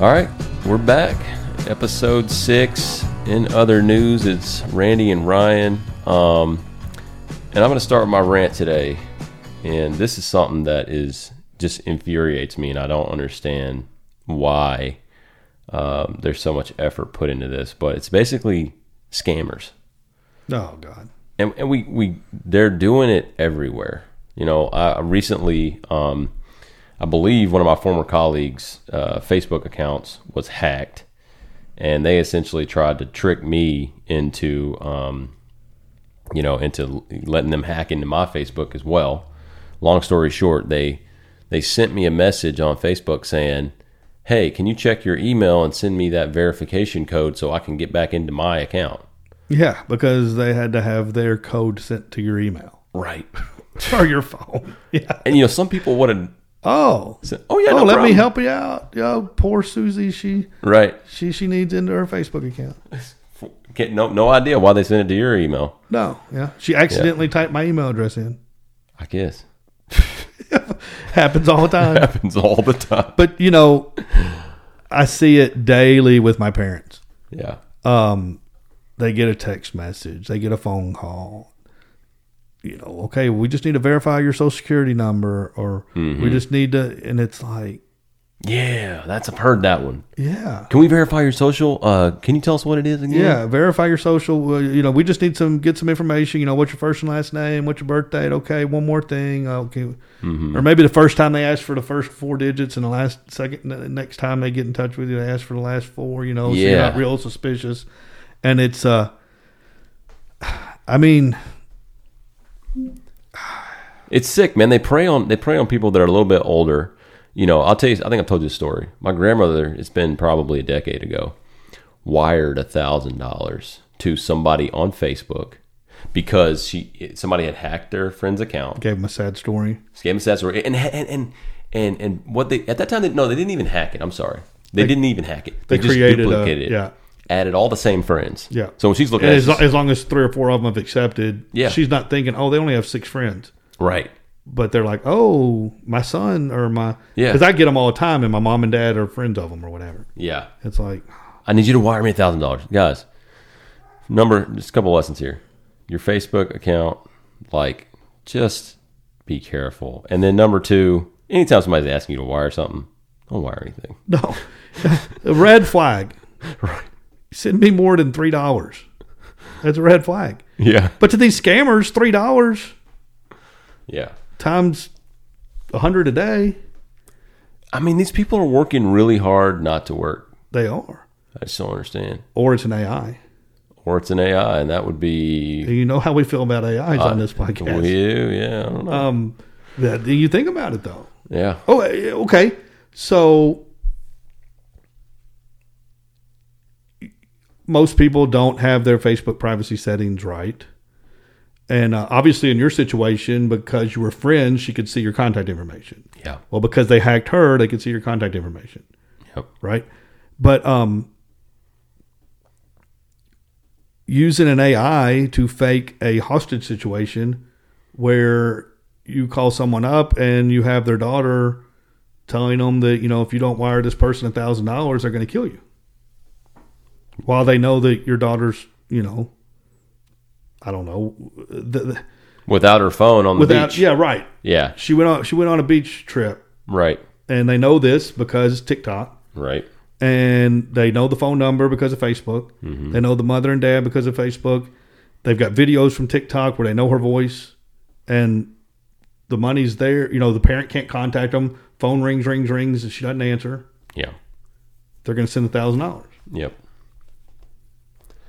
All right, we're back. Episode six. In other news, it's Randy and Ryan. Um, and I'm going to start my rant today. And this is something that is just infuriates me, and I don't understand why um, there's so much effort put into this. But it's basically scammers Oh God. and, and we, we they're doing it everywhere. You know, I recently, um, I believe one of my former colleagues' uh, Facebook accounts was hacked, and they essentially tried to trick me into, um, you know, into letting them hack into my Facebook as well. Long story short, they they sent me a message on Facebook saying, "Hey, can you check your email and send me that verification code so I can get back into my account?" Yeah, because they had to have their code sent to your email Right. or your phone. Yeah. And you know, some people would have Oh. said, "Oh yeah, oh, no let problem." me help you out. Yo, poor Susie. She Right. she she needs into her Facebook account. Get no no idea why they sent it to your email. No. Yeah. She accidentally typed my email address in. I guess Happens all the time. happens all the time. but you know, I see it daily with my parents. Yeah. um, they get a text message, they get a phone call. You know, okay, we just need to verify your social security number, or we just need to, and it's like, Yeah, that's I've heard that one. yeah, Can we verify your social? Uh, can you tell us what it is again? yeah, verify your social. well, You know, we just need some get some information. You know, what's your first and last name? What's your birth date? Okay, one more thing. uh, Okay, or maybe the first time they ask for the first four digits, and the last second the next time they get in touch with you, they ask for the last four. You know, so you're Yeah. not real suspicious. And it's, uh, I mean. It's sick, man. They prey on they prey on people that are a little bit older. You know, I'll tell you. I think I've told you the story. My grandmother. It's been probably a decade ago. Wired a thousand dollars to somebody on Facebook because she somebody had hacked their friend's account. gave him a sad story. Scam Assassin, and and and and and what they at that time they, no they didn't even hack it. I'm sorry, they, didn't even hack it. They, they just created a- duplicated it. yeah. added all the same friends. Yeah. So when she's looking And at as, it, as long as three or four of them have accepted, Yeah. she's not thinking, oh, they only have six friends. right, But they're like, oh, my son or my. Yeah. Because I get them all the time, and my mom and dad are friends of them or whatever. yeah. It's like, I need you to wire me a thousand dollars, guys. Number just a couple lessons here. Your Facebook account, like, just be careful. And then number two, anytime somebody's asking you to wire something, don't wire anything. no. a red flag. Right. Send me more than $3. That's a red flag. Yeah. But to these scammers, $3 Yeah. times a 100 a day, I mean, these people are working really hard not to work. they are. I just don't understand. Or it's an AI. or it's an AI, and that would be You know how we feel about AIs Uh, on this podcast. you. Yeah, I don't know. Um, that, you think about it, though. yeah, Oh, eh, okay. So most people don't have their Facebook privacy settings right. And uh, obviously, in your situation, because you were friends, she could see your contact information. yeah, Well, because they hacked her, they could see your contact information, yep. right? But um, using an AI to fake a hostage situation where you call someone up and you have their daughter telling them that you know if you don't wire this person a thousand dollars they're going to kill you while they know that your daughter's you know i don't know the, the, Without her phone on the without beach. yeah right Yeah, she went on she went on a beach trip right, and they know this because tiktok right. and they know the phone number because of facebook they know the mother and dad because of facebook they've got videos from tiktok where they know her voice and the money's there you know the parent can't contact them phone rings rings rings and she doesn't answer Yeah, they're going to send a thousand dollars yep.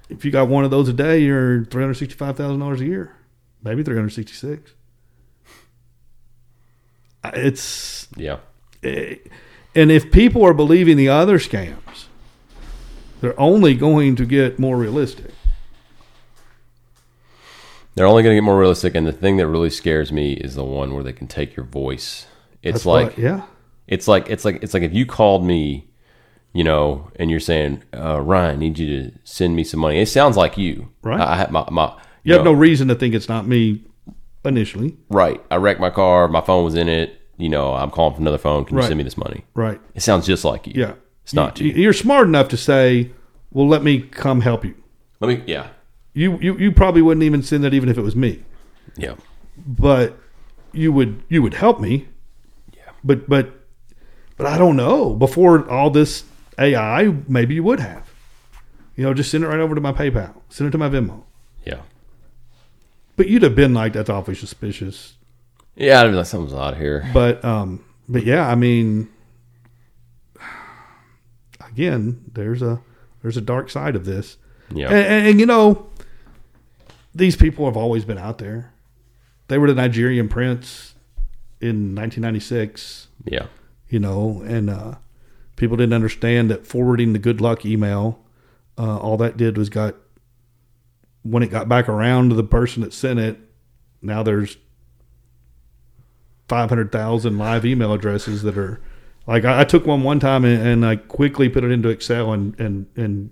if you got one of those a day you're $365000 a year maybe 366 I- it's Yeah, eh, and if people are believing the other scams they're only going to get more realistic they're only going to get more realistic. And the thing that really scares me is the one where they can take your voice. It's That's like what- yeah It's like it's like it's like if you called me, you know, and you're saying, uh, "Ryan, need you to send me some money." It sounds like you, Right. I, I had my my. you you have know, no reason to think it's not me initially right. I wrecked my car. My phone was in it. You know, I'm calling from another phone. Can you Right. send me this money? right It sounds just like you. yeah It's not you, you. you're smart enough to say, "Well, let me come help you." Let me. Yeah. You you you probably wouldn't even send that even if it was me, Yeah. but you would you would help me. Yeah. But but but I don't know. Before all this AI, maybe you would have. You know, just send it right over to my PayPal. Send it to my Venmo. Yeah. But you'd have been like, "That's awfully suspicious." Yeah. I'd be like, something's odd here. But um, but yeah, I mean, again, there's a there's a dark side of this. Yeah. And, and, and, you know, these people have always been out there. They were the Nigerian prince in 1996, yeah. you know, and uh, people didn't understand that forwarding the good luck email, uh, all that did was got, when it got back around to the person that sent it, now there's 500,000 live email addresses that are. Like I, I took one one time and, and I quickly put it into Excel and and and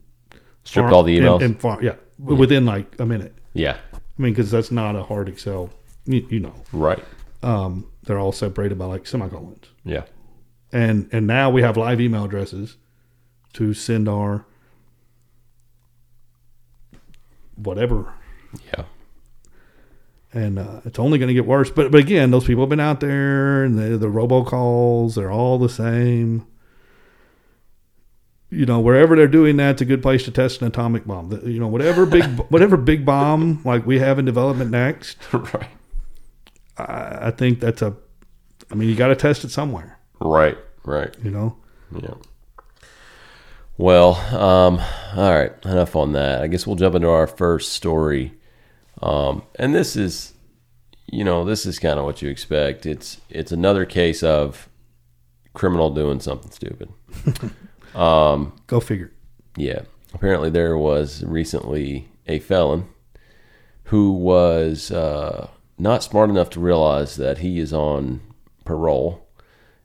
Stripped farm- all the and- emails. and farm- yeah, w- within like a minute. yeah. I mean, because that's not a hard Excel. You, you know, Right. um, they're all separated by like semicolons, Yeah. and and now we have live email addresses to send our whatever, Yeah. and uh, it's only going to get worse. But but again, those people have been out there, and the, the robocalls, they're all the same. you know, wherever they're doing that, it's a good place to test an atomic bomb. The- You know, whatever big, whatever big bomb like we have in development next, right. I, I think that's a. I mean, you got to test it somewhere. Right. Right. You know, Yeah. Well, um, all right, enough on that. I guess we'll jump into our first story. Um, and this is, you know, this is kind of what you expect. It's it's another case of criminal doing something stupid. go figure. Yeah. Apparently, there was recently a felon who was uh, not smart enough to realize that he is on parole,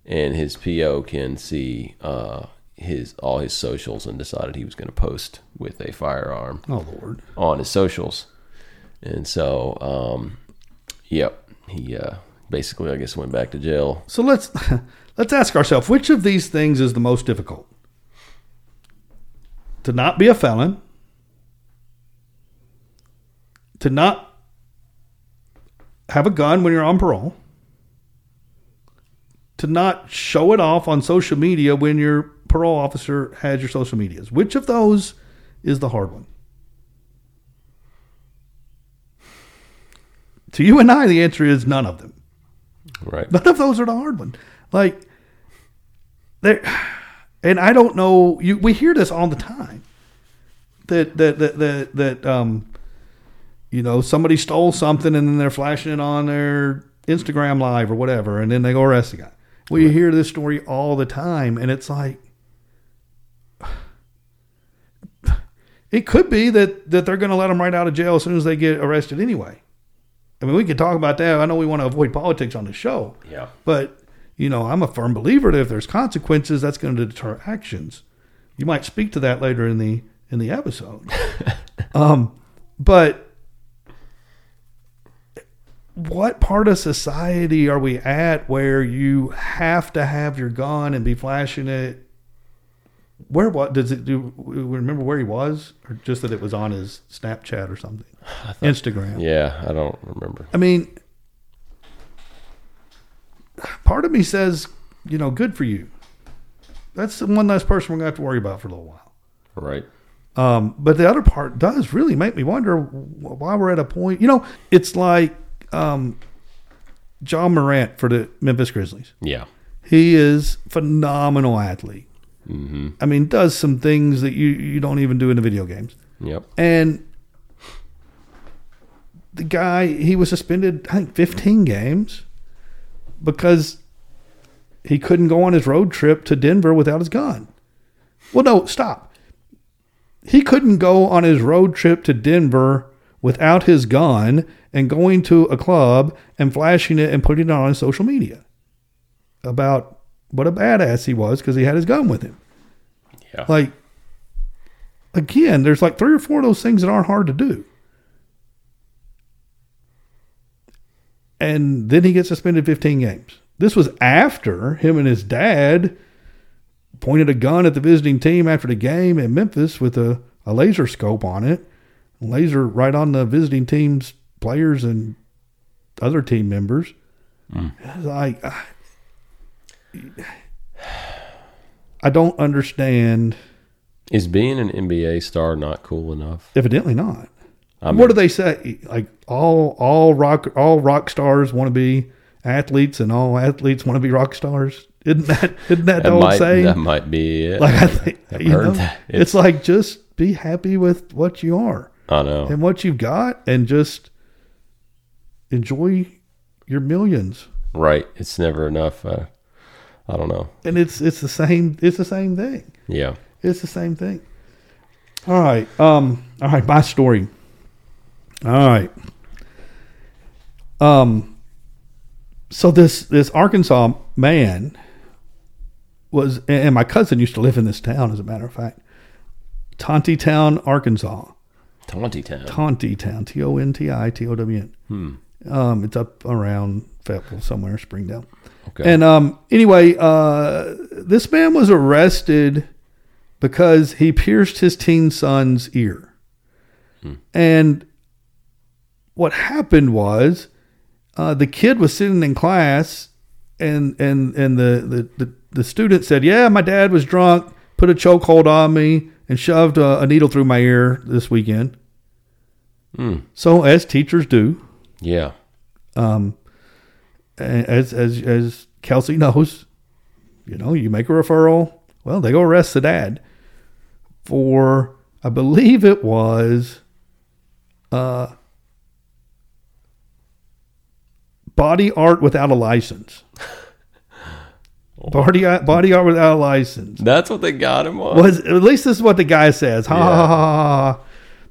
and his PO can see uh, his all his socials and decided he was going to post with a firearm Oh Lord, on his socials, and so um, yep, he uh, basically I guess went back to jail. so let's let's ask ourselves which of these things is the most difficult: to not be a felon, to not have a gun when you're on parole, to not show it off on social media when your parole officer has your social medias. Which of those is the hard one? To you and I, the answer is none of them. Right. None of those are the hard one. Like there, and I don't know. You we hear this all the time. That that that that, that um, you know, somebody stole something and then they're flashing it on their Instagram live or whatever, and then they go arrest the guy. We hear this story all the time, and it's like. It could be that, that they're going to let them right out of jail as soon as they get arrested anyway. I mean, we could talk about that. I know we want to avoid politics on the show, Yeah. but you know, I'm a firm believer that if there's consequences, that's going to deter actions. You might speak to that later in the in the episode. um, but what part of society are we at where you have to have your gun and be flashing it? Where what does it do? we Remember where he was, or just that it was on his Snapchat or something, Instagram. Yeah. I don't remember. I mean, part of me says, you know, good for you. That's the one less person we're going to have to worry about for a little while. Right. Um, but the other part does really make me wonder wh- why we're at a point. You know, it's like um, John Morant for the Memphis Grizzlies. Yeah. He is phenomenal athlete. Mm-hmm. I mean, does some things that you you don't even do in the video games. Yep. And the guy, he was suspended, I think, 15 games because he couldn't go on his road trip to Denver without his gun. Well, no, stop. He couldn't go on his road trip to Denver without his gun and going to a club and flashing it and putting it on social media about what a badass he was because he had his gun with him Yeah. like again there's like three or four of those things that aren't hard to do and then he gets suspended 15 games this was after him and his dad pointed a gun at the visiting team after the game in Memphis with a, a laser scope on it, laser right on the visiting team's players and other team members. It's Like, I, I don't understand. Is being an NBA star not cool enough? Evidently not. I mean, what do they say? Like all all rock all rock stars want to be athletes, and all athletes want to be rock stars. Isn't that isn't that the that old might saying? that might be it. like I think you heard know, that. It's, like just be happy with what you are I know. and what you've got, and just enjoy your millions. Right. It's never enough. Uh, I don't know. And it's it's the same it's the same thing. Yeah. It's the same thing. All right. Um. All right. My story. All right. Um. So this this Arkansas man was, and my cousin used to live in this town. As a matter of fact, Tonty Town, Arkansas. Taunty town. Tonti Town, T O N T I T O W N. Um, it's up around Fayetteville somewhere, Springdale. Okay. And um, anyway, uh, this man was arrested because he pierced his teen son's ear. Hmm. And what happened was uh, the kid was sitting in class, and and and the, the the the student said, "Yeah, my dad was drunk, put a chokehold on me, and shoved uh, a, a needle through my ear this weekend." Hmm. So, as teachers do, Yeah. um, as as as Kelsey knows, you know, you make a referral. Well, they go arrest the dad for I believe it was uh, body art without a license. Body body art without a license That's what they got him on. was at least this is what the guy says. Ha, Yeah. ha, ha, ha, ha.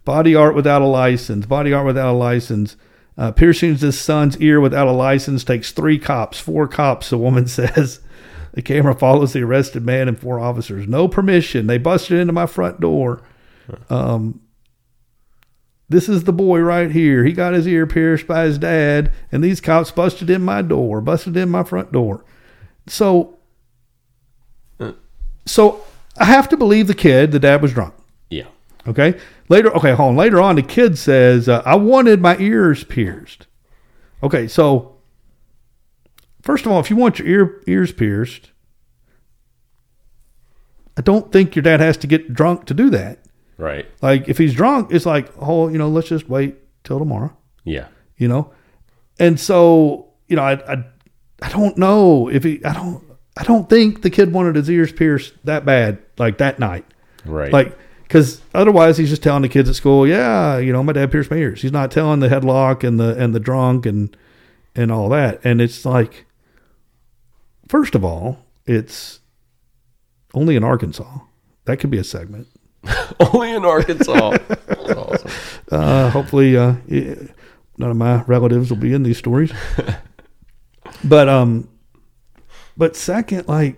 Body art without a license. Body art without a license. Uh, piercings his son's ear without a license takes three cops, four cops. The woman says. The camera follows the arrested man and four officers. No permission. They busted into my front door. Um, this is the boy right here. He got his ear pierced by his dad, and these cops busted in my door, busted in my front door. So, so I have to believe the kid. The dad was drunk. Yeah. Okay. Later, okay, hold on. Later on, the kid says, uh, "I wanted my ears pierced." Okay, so first of all, if you want your ear ears pierced, I don't think your dad has to get drunk to do that. Right. Like, if he's drunk, it's like, oh, you know, let's just wait till tomorrow Yeah. you know and so you know i i, I don't know if he i don't i don't think the kid wanted his ears pierced that bad like that night Right. like because otherwise he's just telling the kids at school yeah you know my dad pierced my ears he's not telling the headlock and the and the drunk and and all that and it's like first of all it's only in arkansas that could be a segment only in Arkansas. That's awesome. Uh, hopefully, uh, eh, none of my relatives will be in these stories. but um, but second, like,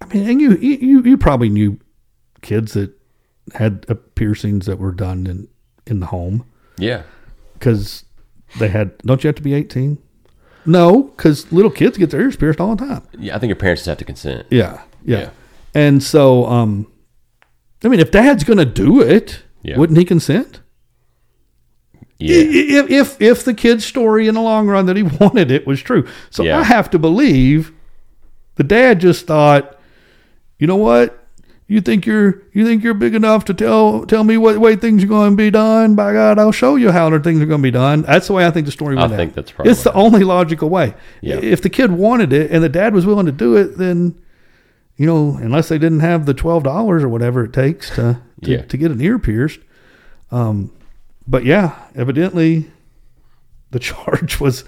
I mean, and you you you- you probably knew kids that had uh, piercings that were done in in the home Yeah. because they had. Don't you have to be eighteen? No, because little kids get their ears pierced all the time. Yeah. I think your parents just have to consent. Yeah, yeah. Yeah. And so, um, I mean, if Dad's gonna do it, Yeah. wouldn't he consent? I- Yeah. if, if if the kid's story in the long run that he wanted it was true. So Yeah. I have to believe the dad just thought, you know what? You think you're you think you're big enough to tell tell me what way things are going to be done? By God, I'll show you how the things are going to be done. That's the way I think the story I went. out. think that's probably it's the only logical way. Yeah. If the kid wanted it and the dad was willing to do it, then you know, unless they didn't have the twelve dollars or whatever it takes to to, Yeah. to get an ear pierced. Um, but yeah, evidently, the charge was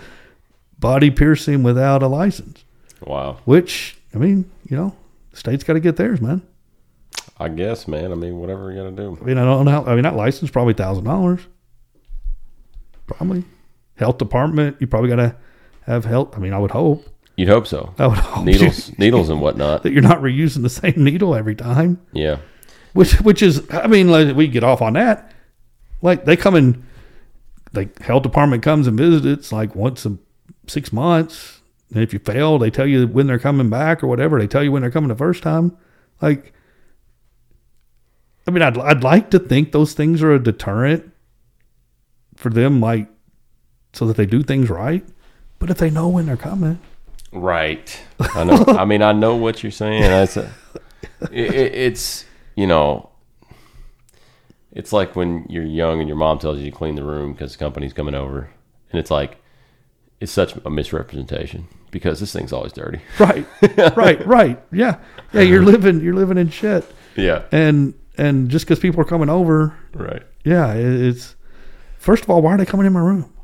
body piercing without a license. Wow. Which I mean, you know, state's got to get theirs, man. I guess, man. I mean, whatever you got to do. I mean, I don't know. I mean, that license probably thousand dollars. Probably health department. You probably got to have health. I mean, I would hope. You'd hope so. I would hope you- Needles, needles, and whatnot. that you're not reusing the same needle every time. Yeah. which which is I mean like, we get off on that. Like they come in, the health department comes and visits like once a six months And if you fail, they tell you when they're coming back or whatever. They tell you when they're coming the first time. Like, I mean, I'd, I'd like to think those things are a deterrent for them, like, so that they do things right. But if they know when they're coming, Right. I know. I mean, I know what you're saying. That's a, it, it- it's you know, it's like when you're young and your mom tells you to clean the room because the company's coming over, and it's like it's such a misrepresentation because this thing's always dirty. right, right, right, yeah, yeah, you're living, you're living in shit, Yeah. and and just because people are coming over, Right. yeah, it, it's first of all, why are they coming in my room?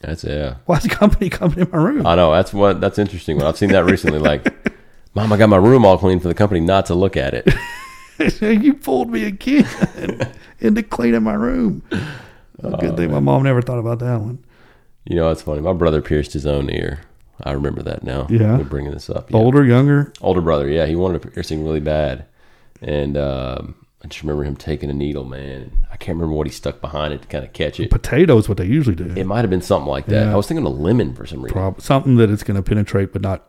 That's yeah. Why is the company coming in my room? I know. That's what. That's interesting. When I've seen that recently, like. Mom, I got my room all clean for the company not to look at it. you fooled me again into cleaning my room. Oh, good thing my mom never thought about that one. You know, that's funny. My brother pierced his own ear. I remember that now. Yeah. We're bringing this up. Yeah. Older, younger, older brother. Yeah, he wanted a piercing really bad, and um, I just remember him taking a needle, man. I can't remember what he stuck behind it to kind of catch it. potato is what they usually do. It might have been something like that. Yeah. I was thinking a lemon for some reason. Prob- something that it's going to penetrate but not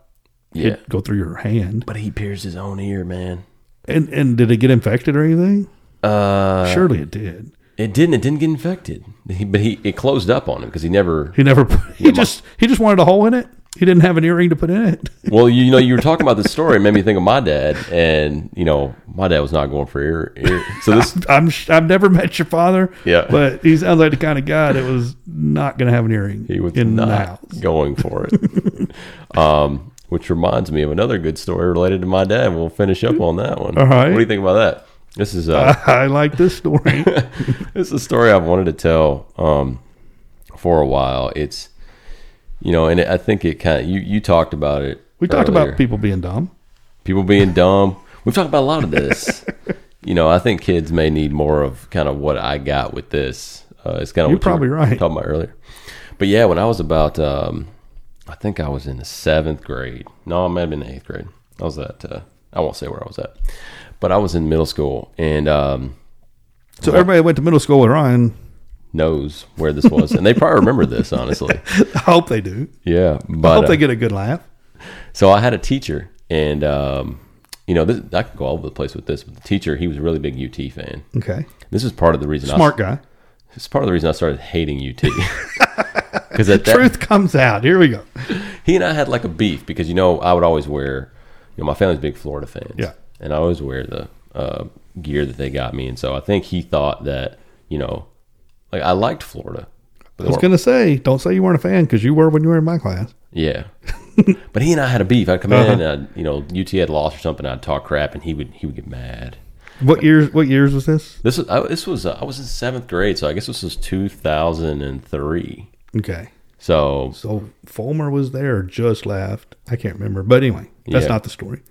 yeah, go through your hand. but he pierced his own ear, man. And and did it get infected or anything? Uh, Surely it did. it didn't. It didn't get infected, He- but he it closed up on him because he never. He never. He just he just wanted a hole in it. He didn't have an earring to put in it. Well, you know, you were talking about this story. It made me think of my dad, and you know, my dad was not going for ear. ear. So this, I'm sh- I've never met your father. Yeah. but he sounds like the kind of guy that was not going to have an earring. He was in the not house. going for it. um, which reminds me of another good story related to my dad. We'll finish up on that one. All right. What do you think about that? This is uh, I like this story. this is a story I've wanted to tell um, for a while. It's you know, and I think it kind of you you talked about it. We talked earlier. about people being dumb. people being dumb. We've talked about a lot of this. you know, I think kids may need more of kind of what I got with this. Uh, it's kind of what You're you were probably right. Talking about earlier, but yeah, when I was about, um, I think I was in the seventh grade. No, I might have been in eighth grade. I was at, uh, I won't say where I was at, but I was in middle school and um, So everybody that went to middle school with Ryan. knows where this was, and they probably remember this honestly. I hope they do. Yeah, I but hope uh, they get a good laugh. So I had a teacher, and um, you know, this, I could go all over the place with this. But the teacher, he was a really big UT fan. Okay, This is part of the reason. smart I, guy. This is part of the reason I started hating UT. Because at that, Truth comes out. Here we go. he and I had like a beef because you know I would always wear, you know, my family's big Florida fans. Yeah. and I always wear the uh, gear that they got me, and so I think he thought that you know, like I liked Florida. I was gonna say, don't say you weren't a fan because you were when you were in my class. Yeah. but he and I had a beef. I'd come Uh-huh. in and I'd, you know, UT had lost or something. I'd talk crap and he would he would get mad. What years? What years was this? This was I, this was uh, I was in seventh grade, so I guess this was two thousand and three. Okay, So so Fulmer was there, or just left. I can't remember, but anyway, that's Yeah. not the story.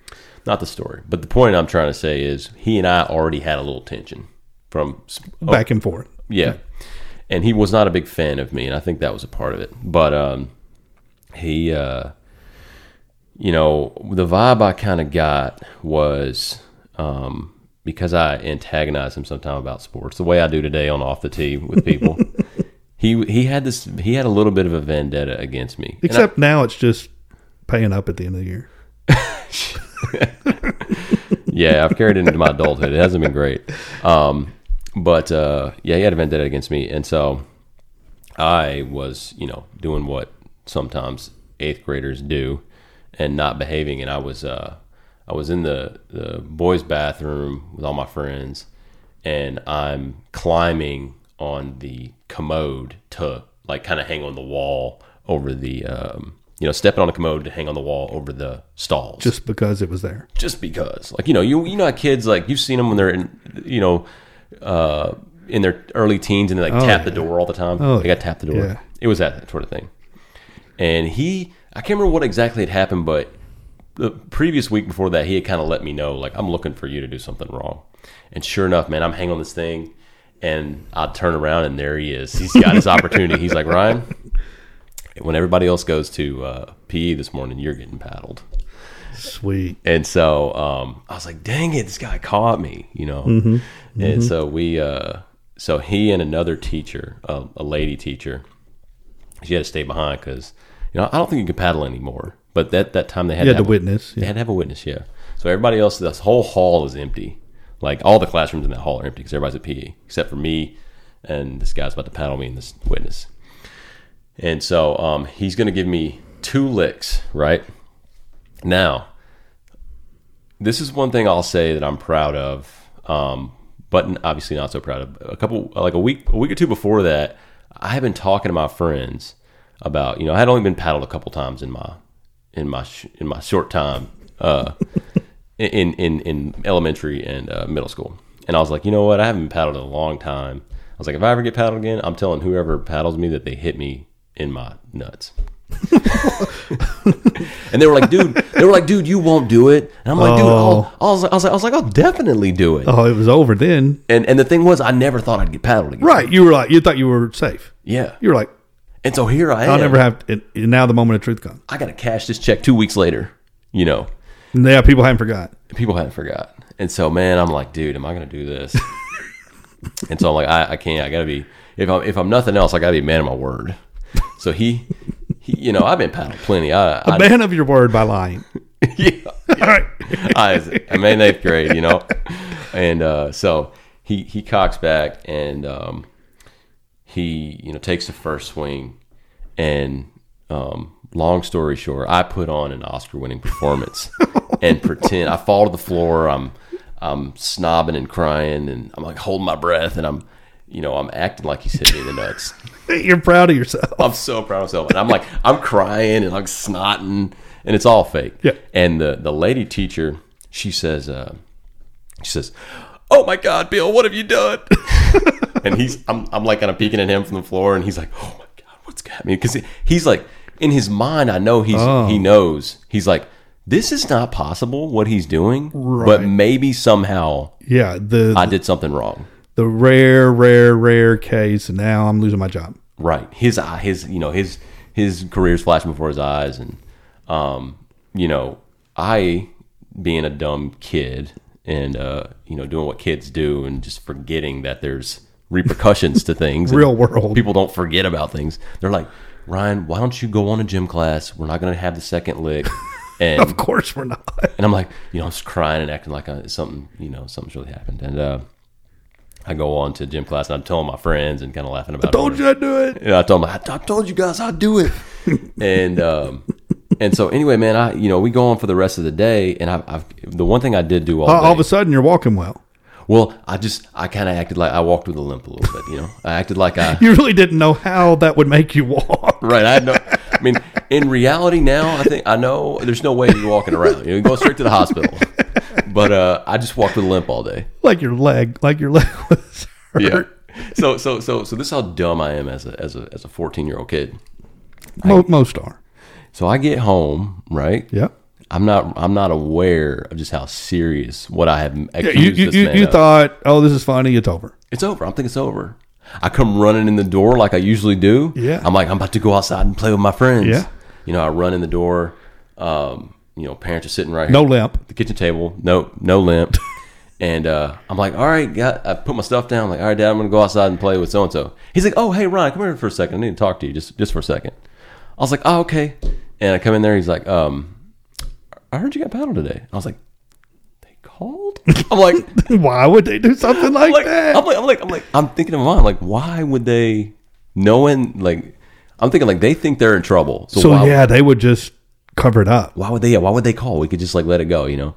not the story, but the point I'm trying to say is he and I already had a little tension from Back and forth. Yeah. And he was not a big fan of me, and I think that was a part of it. But um, he, uh, you know, the vibe I kind of got was um, because I antagonize him sometime about sports, the way I do today on off the tee with people. he he had this he had a little bit of a vendetta against me. And I- Except now it's just paying up at the end of the year. yeah, I've carried it into my adulthood. It hasn't been great. Um, but uh, yeah, he had a vendetta against me, and so I was, you know, doing what sometimes eighth graders do, and not behaving. And I was, uh, I was in the the boys' bathroom with all my friends, and I'm climbing on the commode to like kind of hang on the wall over the. Um, you know, stepping on a commode to hang on the wall over the stalls Just because it was there. just because. Like you know, you you know, how kids like you've seen them when they're in, you know, uh, in their early teens and they like tap the door all the time. Oh, they got to tap the door. yeah. It was that, sort of thing. And he, I can't remember what exactly had happened, but the previous week before that, he had kind of let me know like I'm looking for you to do something wrong. And sure enough, man, I'm hanging on this thing. And I turn around and there he is. He's got his opportunity. He's like, Ryan, when everybody else goes to uh, PE this morning, you're getting paddled. Sweet. And so um, I was like, dang it, this guy caught me, you know? Mm-hmm. And so we, uh, so he and another teacher, a, a lady teacher, she had to stay behind because, you know, I don't think you can paddle anymore. But that that time they had You to had have to a- witness. They Yeah. had to have a witness, yeah. So everybody else, this whole hall is empty. Like all the classrooms in that hall are empty because everybody's at PE except for me and this guy's about to paddle me and this witness. And so um, he's going to give me two licks, right? Now, this is one thing I'll say that I'm proud of, um, but obviously not so proud of. A couple, like a week, a week or two before that, I had been talking to my friends about, you know, I had only been paddled a couple times in my in my sh- in my short time uh, in in in elementary and uh, middle school, and I was like, you know what, I haven't been paddled in a long time. I was like, if I ever get paddled again, I'm telling whoever paddles me that they hit me in my nuts. And they were like, dude, they were like, dude, you won't do it. And I'm like, dude, I'll, I, was, I, was like, I was like, I'll definitely do it. Oh, it was over then. And and the thing was, I never thought I'd get paddled again. Right. You were like, you thought you were safe. Yeah. You were like, And so here I am. I'll never have. And and now the moment of truth comes. I got to cash this check two weeks later. You know, And yeah, people haven't forgot. people hadn't forgot. And so, man, I'm like, dude, am I going to do this? and so I'm like, I, I can't. I got to be. If I'm if I'm nothing else, I got to be a man of my word. So he, he you know, I've been paddled plenty. I, I Man of your word by lying. yeah. I, I'm in eighth grade, you know, and uh, so he he cocks back and um, he you know takes the first swing, and um, long story short, I put on an Oscar-winning performance and pretend I fall to the floor. I'm I'm snobbing and crying, and I'm like holding my breath, and I'm you know I'm acting like he's hitting me in the nuts. You're proud of yourself. I'm so proud of myself. And I'm like, I'm crying and I'm snotting, and it's all fake. Yeah. And the the lady teacher, she says, uh, she says, "Oh my God, Bill, what have you done?" and he's, I'm, I'm like kind of peeking at him from the floor, and he's like, "Oh my God, what's happening?" Because he's like, in his mind, I know he's he knows. He's like, "This is not possible. What he's doing, but maybe somehow Yeah. The I did something wrong." the rare, rare, rare case. And now I'm losing my job. Right. His eye, his you know, his his career's flashing before his eyes, and um, you know, I being a dumb kid and uh, you know doing what kids do and just forgetting that there's repercussions to things. and Real world. People don't forget about things. They're like, Ryan, why don't you go on a gym class? We're not going to have the second lick. And Of course we're not. and I'm like, you know, I'm just crying and acting like I, something, you know, something's really happened. And uh, I go on to gym class and I'm telling my friends and kind of laughing about it. Told you I'd do it. And I told him, I, I told you guys I'd do it. and um, and so anyway, man, I you know we go on for the rest of the day, and I, I've the one thing I did do all, All, Uh, all of day. a sudden you're walking well. well, I just I kind of acted like I walked with a limp a little bit, you know. I acted like I You really didn't know how that would make you walk. right. I had no. I mean, in reality now, I think I know there's no way you're walking around. You know, you go straight to the hospital. But uh, I just walked with a limp all day. Like your leg. Like your leg was hurt. Yeah. So so so so this is how dumb I am as a as a as a 14 year old kid. Mo- most are. So I get home right. Yeah. I'm not. I'm not aware of just how serious what I have accused You, you, this you, man you of. thought, oh, this is funny. It's over. it's over. I'm thinking it's over. I come running in the door like I usually do. Yeah. I'm like I'm about to go outside and play with my friends. Yeah. You know, I run in the door. Um, you know, parents are sitting right No here limp. at the kitchen table. No, no limp. and uh, I'm like, all right, got, I put my stuff down. I'm like, all right, Dad, I'm gonna go outside and play with so and so. He's like, oh, hey, Ron, come here for a second. I need to talk to you just just for a second. I was like, oh, okay. And I come in there. He's like, um, I heard you got paddled today. I was like, they called. I'm like, Why would they do something like, oh, like, that? I'm like, I'm like, I'm like, I'm thinking of mine. Like, why would they, knowing like, I'm thinking like they think they're in trouble. So, so why, yeah, they would just cover it up. why would they? Yeah, why would they call? We could just like let it go, you know,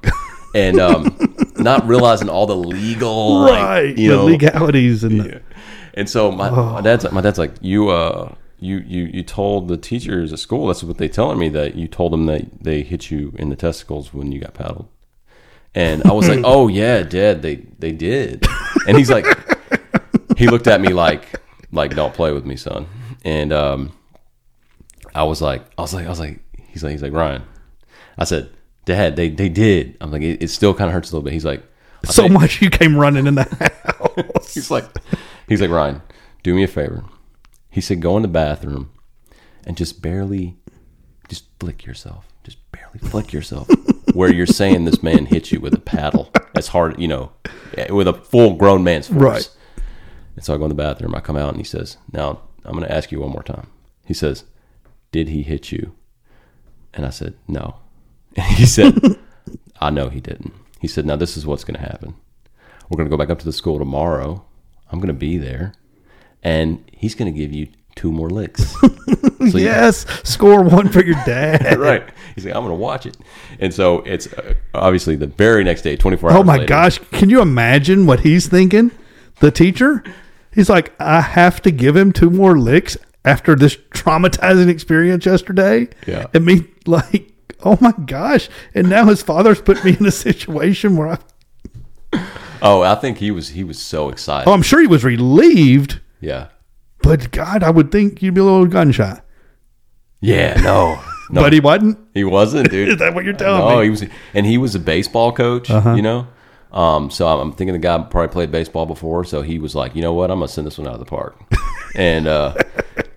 and um, not realizing all the legal, like, Right. you the know, legalities and the, and so my, my dad's my dad's like you uh you you you told the teachers at school that's what they telling me that you told them that they hit you in the testicles when you got paddled, and I was like oh yeah dad they they did, and he's like he looked at me like like don't play with me son, and um I was like I was like I was like he's like he's like Ryan, I said dad they they did I'm like it, it still kind of hurts a little bit he's like so much you came running in the house. He's like, he's like Ryan, do me a favor. He said, go in the bathroom and just barely, just flick yourself, just barely flick yourself, where you're saying this man hit you with a paddle as hard, you know, eh, with a full grown man's force. Right. And so I go in the bathroom. I come out and he says, now I'm going to ask you one more time. He says, did he hit you And I said, No. And he said, I know he didn't. He said, Now this is what's going to happen. We're going to go back up to the school tomorrow. I'm going to be there. And he's going to give you two more licks. So you- yes, score one for your dad. right. He's like, I'm going to watch it. And so it's uh, obviously the very next day, 24 hours oh my later, gosh, can you imagine what he's thinking? The teacher? He's like, I have to give him two more licks after this traumatizing experience yesterday. Yeah. And me like, oh my gosh. And now his father's put me in a situation where I Oh, I think he was he was so excited. Oh, I'm sure he was relieved, yeah. but God, I would think you'd be a little gunshot. Yeah, no. No, But he wasn't. he wasn't, dude. Is that what you're telling Oh, me? he was, and he was a baseball coach. Uh-huh. You know, um, so I'm I'm thinking the guy probably played baseball before, so he was like, you know what, I'm gonna send this one out of the park. and uh,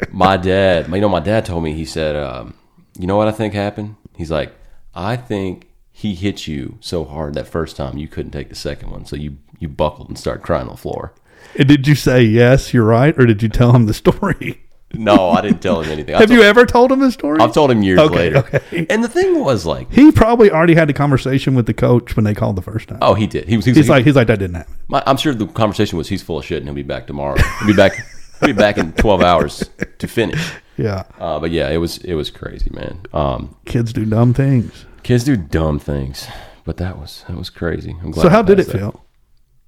my dad, you know, my dad told me he said, um, you know what I think happened? He's like, I think he hit you so hard that first time you couldn't take the second one, so you you buckled and started crying on the floor. And did you say yes, you're right, or did you tell him the story? No, I didn't tell him anything. I Have told, you ever told him the story? I've told him years Okay, later. okay. And the thing was like, he probably already had the conversation with the coach when they called the first time. oh, he did. He was he was He's like, he's like, that didn't happen. My, I'm sure the conversation was he's full of shit and he'll be back tomorrow. He'll be back. he'll be back in 12 hours to finish. Yeah, Uh, but yeah, it was it was crazy, man. Um, kids do dumb things. kids do dumb things, but that was that was crazy. I'm glad. So I how did it passed that. feel?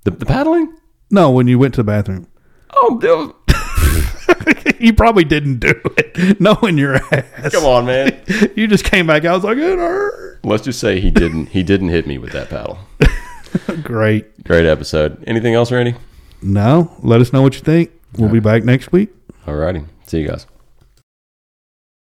The, the paddling? No, when you went to the bathroom, Oh, that was- you probably didn't do it. Knowing your ass, come on, man. you just came back. I was like, it hurt. Let's just say he didn't he didn't hit me with that paddle. Great. Great episode. Anything else, Randy? No, let us know what you think. We'll be back next week. Alrighty. See you guys.